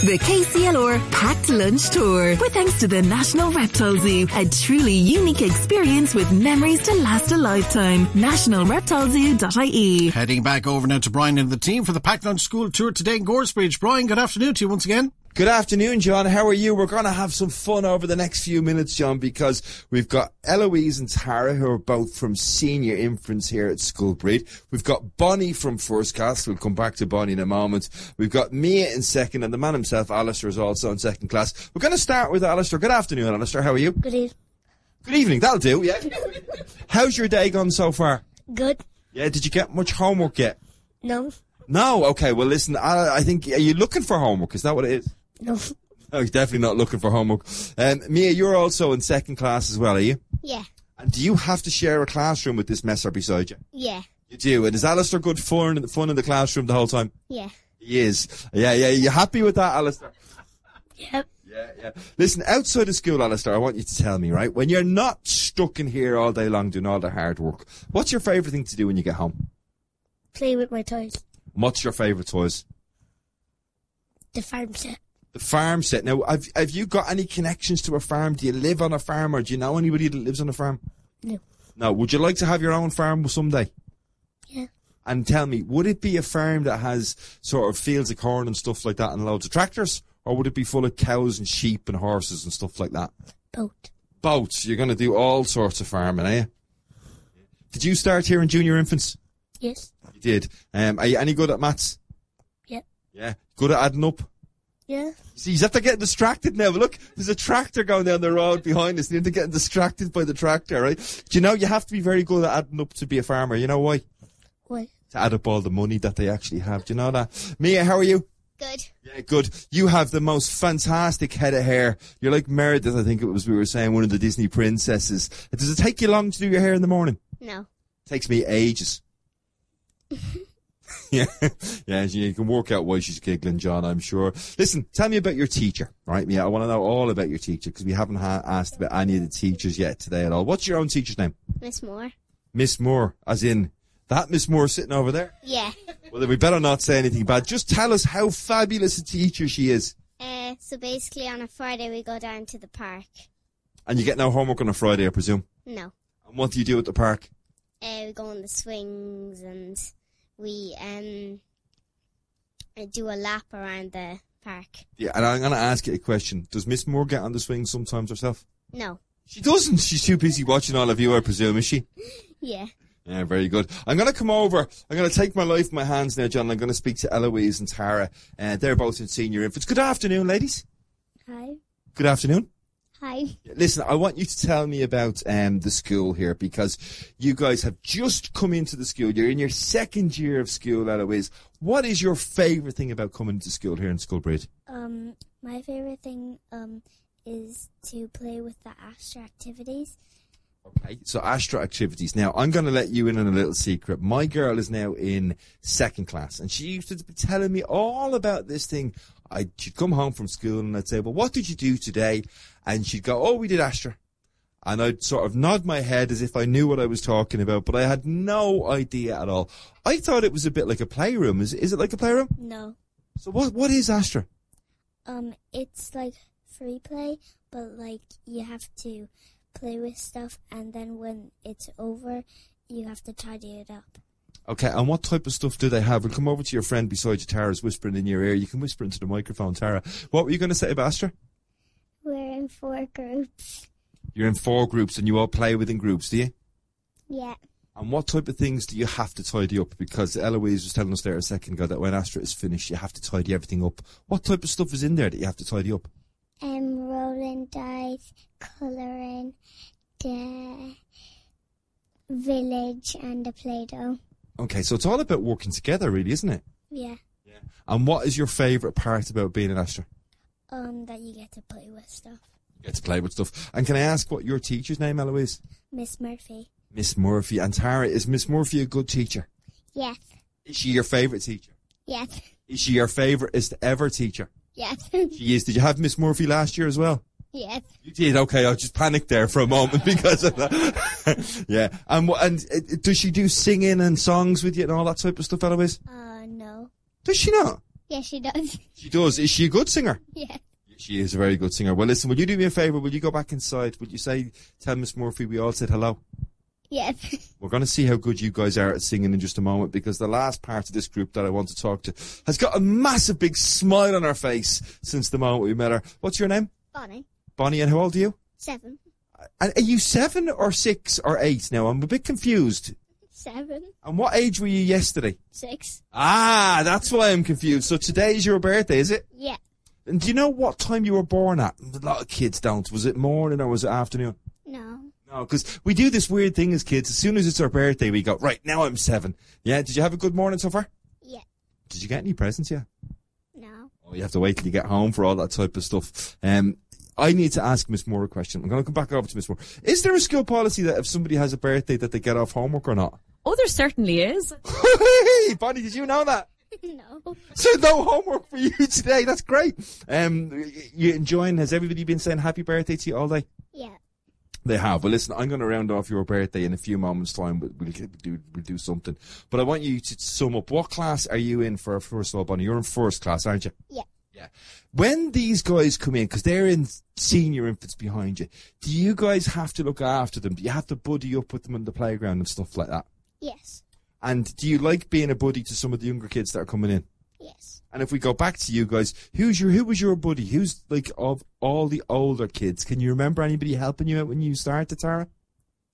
The KCLR Packed Lunch Tour. With thanks to the National Reptile Zoo, a truly unique experience with memories to last a lifetime. NationalReptileZoo.ie. Heading back over now to Brian and the team for the Packed Lunch School Tour today in Goresbridge. Brian, good afternoon to you once again. Good afternoon, John. How are you? We're going to have some fun over the next few minutes, John, because we've got Eloise and Tara, who are both from senior infants here at School Breed. We've got Bonnie from First Class. We'll come back to Bonnie in a moment. We've got Mia in second, and the man himself, Alistair, is also in second class. We're going to start with Alistair. Good afternoon, Alistair. How are you? Good evening. Good evening. That'll do, yeah. How's your day gone so far? Good. Yeah, did you get much homework yet? No. No? Okay, well, listen, I, I think, are you looking for homework? Is that what it is? No. No, Oh, he's definitely not looking for homework. Um, Mia, you're also in second class as well, are you? Yeah. And do you have to share a classroom with this messer beside you? Yeah. You do. And is Alistair good fun, fun in the classroom the whole time? Yeah. He is. Yeah, yeah. You happy with that, Alistair? Yep. Yeah, yeah. Listen, outside of school, Alistair, I want you to tell me, right? When you're not stuck in here all day long doing all the hard work, what's your favourite thing to do when you get home? Play with my toys. What's your favourite toys? The farm set. The farm set. Now, have, have you got any connections to a farm? Do you live on a farm or do you know anybody that lives on a farm? No. No. Would you like to have your own farm someday? Yeah. And tell me, would it be a farm that has sort of fields of corn and stuff like that and loads of tractors? Or would it be full of cows and sheep and horses and stuff like that? Boat. Boats. You're going to do all sorts of farming, are you? Did you start here in junior infants? Yes. You did. Um, are you any good at maths? Yep. Yeah. Good at adding up? Yeah. See, he's after getting distracted now. Look, there's a tractor going down the road behind us. You're getting distracted by the tractor, right? Do you know you have to be very good at adding up to be a farmer? You know why? What? To add up all the money that they actually have. Do you know that? Mia, how are you? Good. Yeah, good. You have the most fantastic head of hair. You're like Meredith, I think it was we were saying, one of the Disney princesses. Does it take you long to do your hair in the morning? No. takes me ages. yeah, yeah, you can work out why she's giggling, John. I'm sure. Listen, tell me about your teacher, right? Yeah, I want to know all about your teacher because we haven't ha- asked about any of the teachers yet today at all. What's your own teacher's name? Miss Moore. Miss Moore, as in that Miss Moore sitting over there. Yeah. Well, then we better not say anything bad. Just tell us how fabulous a teacher she is. Uh, so basically, on a Friday we go down to the park. And you get no homework on a Friday, I presume. No. And what do you do at the park? Uh, we go on the swings and we um uh, do a lap around the park. Yeah, and I'm going to ask you a question. Does Miss Moore get on the swing sometimes herself? No. She doesn't. She's too busy watching all of you, I presume, is she? Yeah. Yeah, very good. I'm going to come over. I'm going to take my life in my hands now, John. and I'm going to speak to Eloise and Tara. Uh, they're both in senior infants. Good afternoon, ladies. Hi. Good afternoon. Hi. Listen, I want you to tell me about um, the school here because you guys have just come into the school. You're in your second year of school, Eloise. What is your favourite thing about coming to school here in Schoolbridge? Um, my favorite thing um is to play with the Astra activities. Okay, so Astra activities. Now, I'm going to let you in on a little secret. My girl is now in second class, and she used to be telling me all about this thing. I, she'd come home from school, and I'd say, Well, what did you do today? And she'd go, Oh, we did Astra. And I'd sort of nod my head as if I knew what I was talking about, but I had no idea at all. I thought it was a bit like a playroom. Is, is it like a playroom? No. So, what, what is Astra? Um, it's like free play, but like you have to play with stuff, and then when it's over, you have to tidy it up. Okay, and what type of stuff do they have? We'll come over to your friend beside you, Tara's whispering in your ear. You can whisper into the microphone, Tara. What were you going to say about Astra? We're in four groups. You're in four groups and you all play within groups, do you? Yeah. And what type of things do you have to tidy up? Because Eloise was telling us there a second ago that when Astra is finished, you have to tidy everything up. What type of stuff is in there that you have to tidy up? Um, rolling dice, coloring, the village, and the play-doh. Okay, so it's all about working together, really, isn't it? Yeah. And what is your favourite part about being an Astra? Um, that you get to play with stuff. You get to play with stuff. And can I ask what your teacher's name, Eloise? Miss Murphy. Miss Murphy. And Tara, is Miss Murphy a good teacher? Yes. Is she your favourite teacher? Yes. Is she your favouriteest ever teacher? Yes. She is. Did you have Miss Murphy last year as well? yes. You did okay. I just panicked there for a moment because of that. yeah, and what- and uh, does she do singing and songs with you and all that type of stuff, Eloise? Uh, no. Does she not? Yeah, she does. She does. Is she a good singer? yeah. She is a very good singer. Well, listen, will you do me a favour? Will you go back inside? Will you say, tell Miss Murphy we all said hello? Yes. We're going to see how good you guys are at singing in just a moment because the last part of this group that I want to talk to has got a massive big smile on her face since the moment we met her. What's your name? Bonnie. Bonnie, and how old are you? Seven. And are you seven or six or eight now? I'm a bit confused. Seven. And what age were you yesterday? Six. Ah, that's why I'm confused. So today is your birthday, is it? Yeah. And do you know what time you were born at? A lot of kids don't. Was it morning or was it afternoon? No. No, because we do this weird thing as kids. As soon as it's our birthday, we go, right, now I'm seven. Yeah, did you have a good morning so far? Yeah. Did you get any presents? Yeah. No. Oh, you have to wait till you get home for all that type of stuff. Um, I need to ask Miss Moore a question. I'm going to come back over to Miss Moore. Is there a school policy that if somebody has a birthday that they get off homework or not? Oh, there certainly is. Bonnie, did you know that? no. So no homework for you today. That's great. Um, y- you enjoying? Has everybody been saying happy birthday to you all day? Yeah. They have. Well, listen, I'm going to round off your birthday in a few moments' time. But we'll, get- do, we'll do something. But I want you to sum up. What class are you in for, first of all, Bonnie? You're in first class, aren't you? Yeah. Yeah. When these guys come in, because they're in senior infants behind you, do you guys have to look after them? Do you have to buddy up with them on the playground and stuff like that? Yes. And do you like being a buddy to some of the younger kids that are coming in? Yes. And if we go back to you guys, who's your who was your buddy? Who's like of all the older kids? Can you remember anybody helping you out when you started, Tara?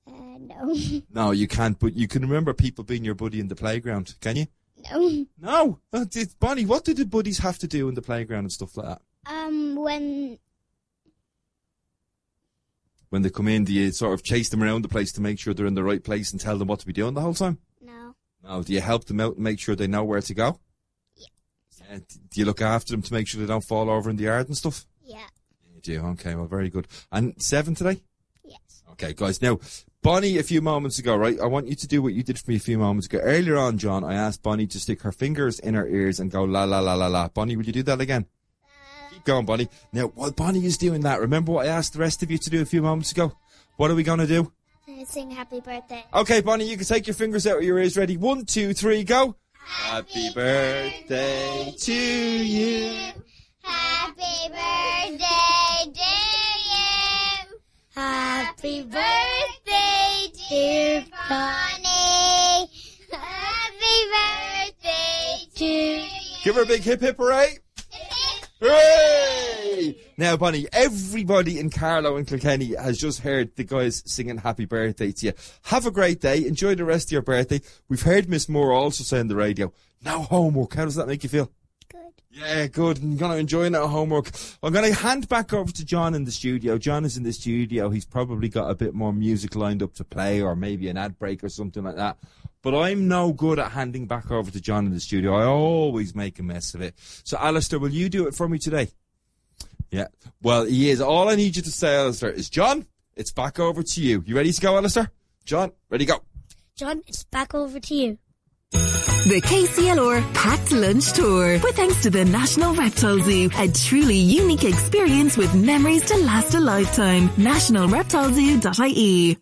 Uh, no. No, you can't. But you can remember people being your buddy in the playground, can you? no. No, Uh, did- Bonnie. What did the buddies have to do in the playground and stuff like that? Um, when When they come in, do you sort of chase them around the place to make sure they're in the right place and tell them what to be doing the whole time? no. No, do you help them out and make sure they know where to go? Yeah. do you look after them to make sure they don't fall over in the yard and stuff? Yeah. You do. Okay, well, very good. And seven today? Yes. Okay, guys. Now, Bonnie, a few moments ago, right? I want you to do what you did for me a few moments ago. Earlier on, John, I asked Bonnie to stick her fingers in her ears and go la la la la la. Bonnie, will you do that again? Keep going, Bonnie. Now, while Bonnie is doing that, remember what I asked the rest of you to do a few moments ago? What are we going to do? I sing happy birthday. Okay, Bonnie, you can take your fingers out of your ears. Ready? One, two, three, go. Happy birthday to you. Happy birthday, dear you. Happy birthday, dear Bonnie. Happy birthday to you. Give her a big hip hip hooray. Hooray! Now, Bonnie, everybody in Carlow and Kilkenny has just heard the guys singing happy birthday to you. Have a great day. Enjoy the rest of your birthday. We've heard Miss Moore also say on the radio, no homework. How does that make you feel? Good. Yeah, good. I'm going to enjoy that homework. I'm going to hand back over to John in the studio. John is in the studio. He's probably got a bit more music lined up to play or maybe an ad break or something like that. But I'm no good at handing back over to John in the studio. I always make a mess of it. So, Alistair, will you do it for me today? Yeah. Well, he is. All I need you to say, Alistair, is John, it's back over to you. You ready to go, Alistair? John, ready, go. John, it's back over to you. The KCLR Packed Lunch Tour. With thanks to the National Reptile Zoo, a truly unique experience with memories to last a lifetime. NationalReptileZoo.ie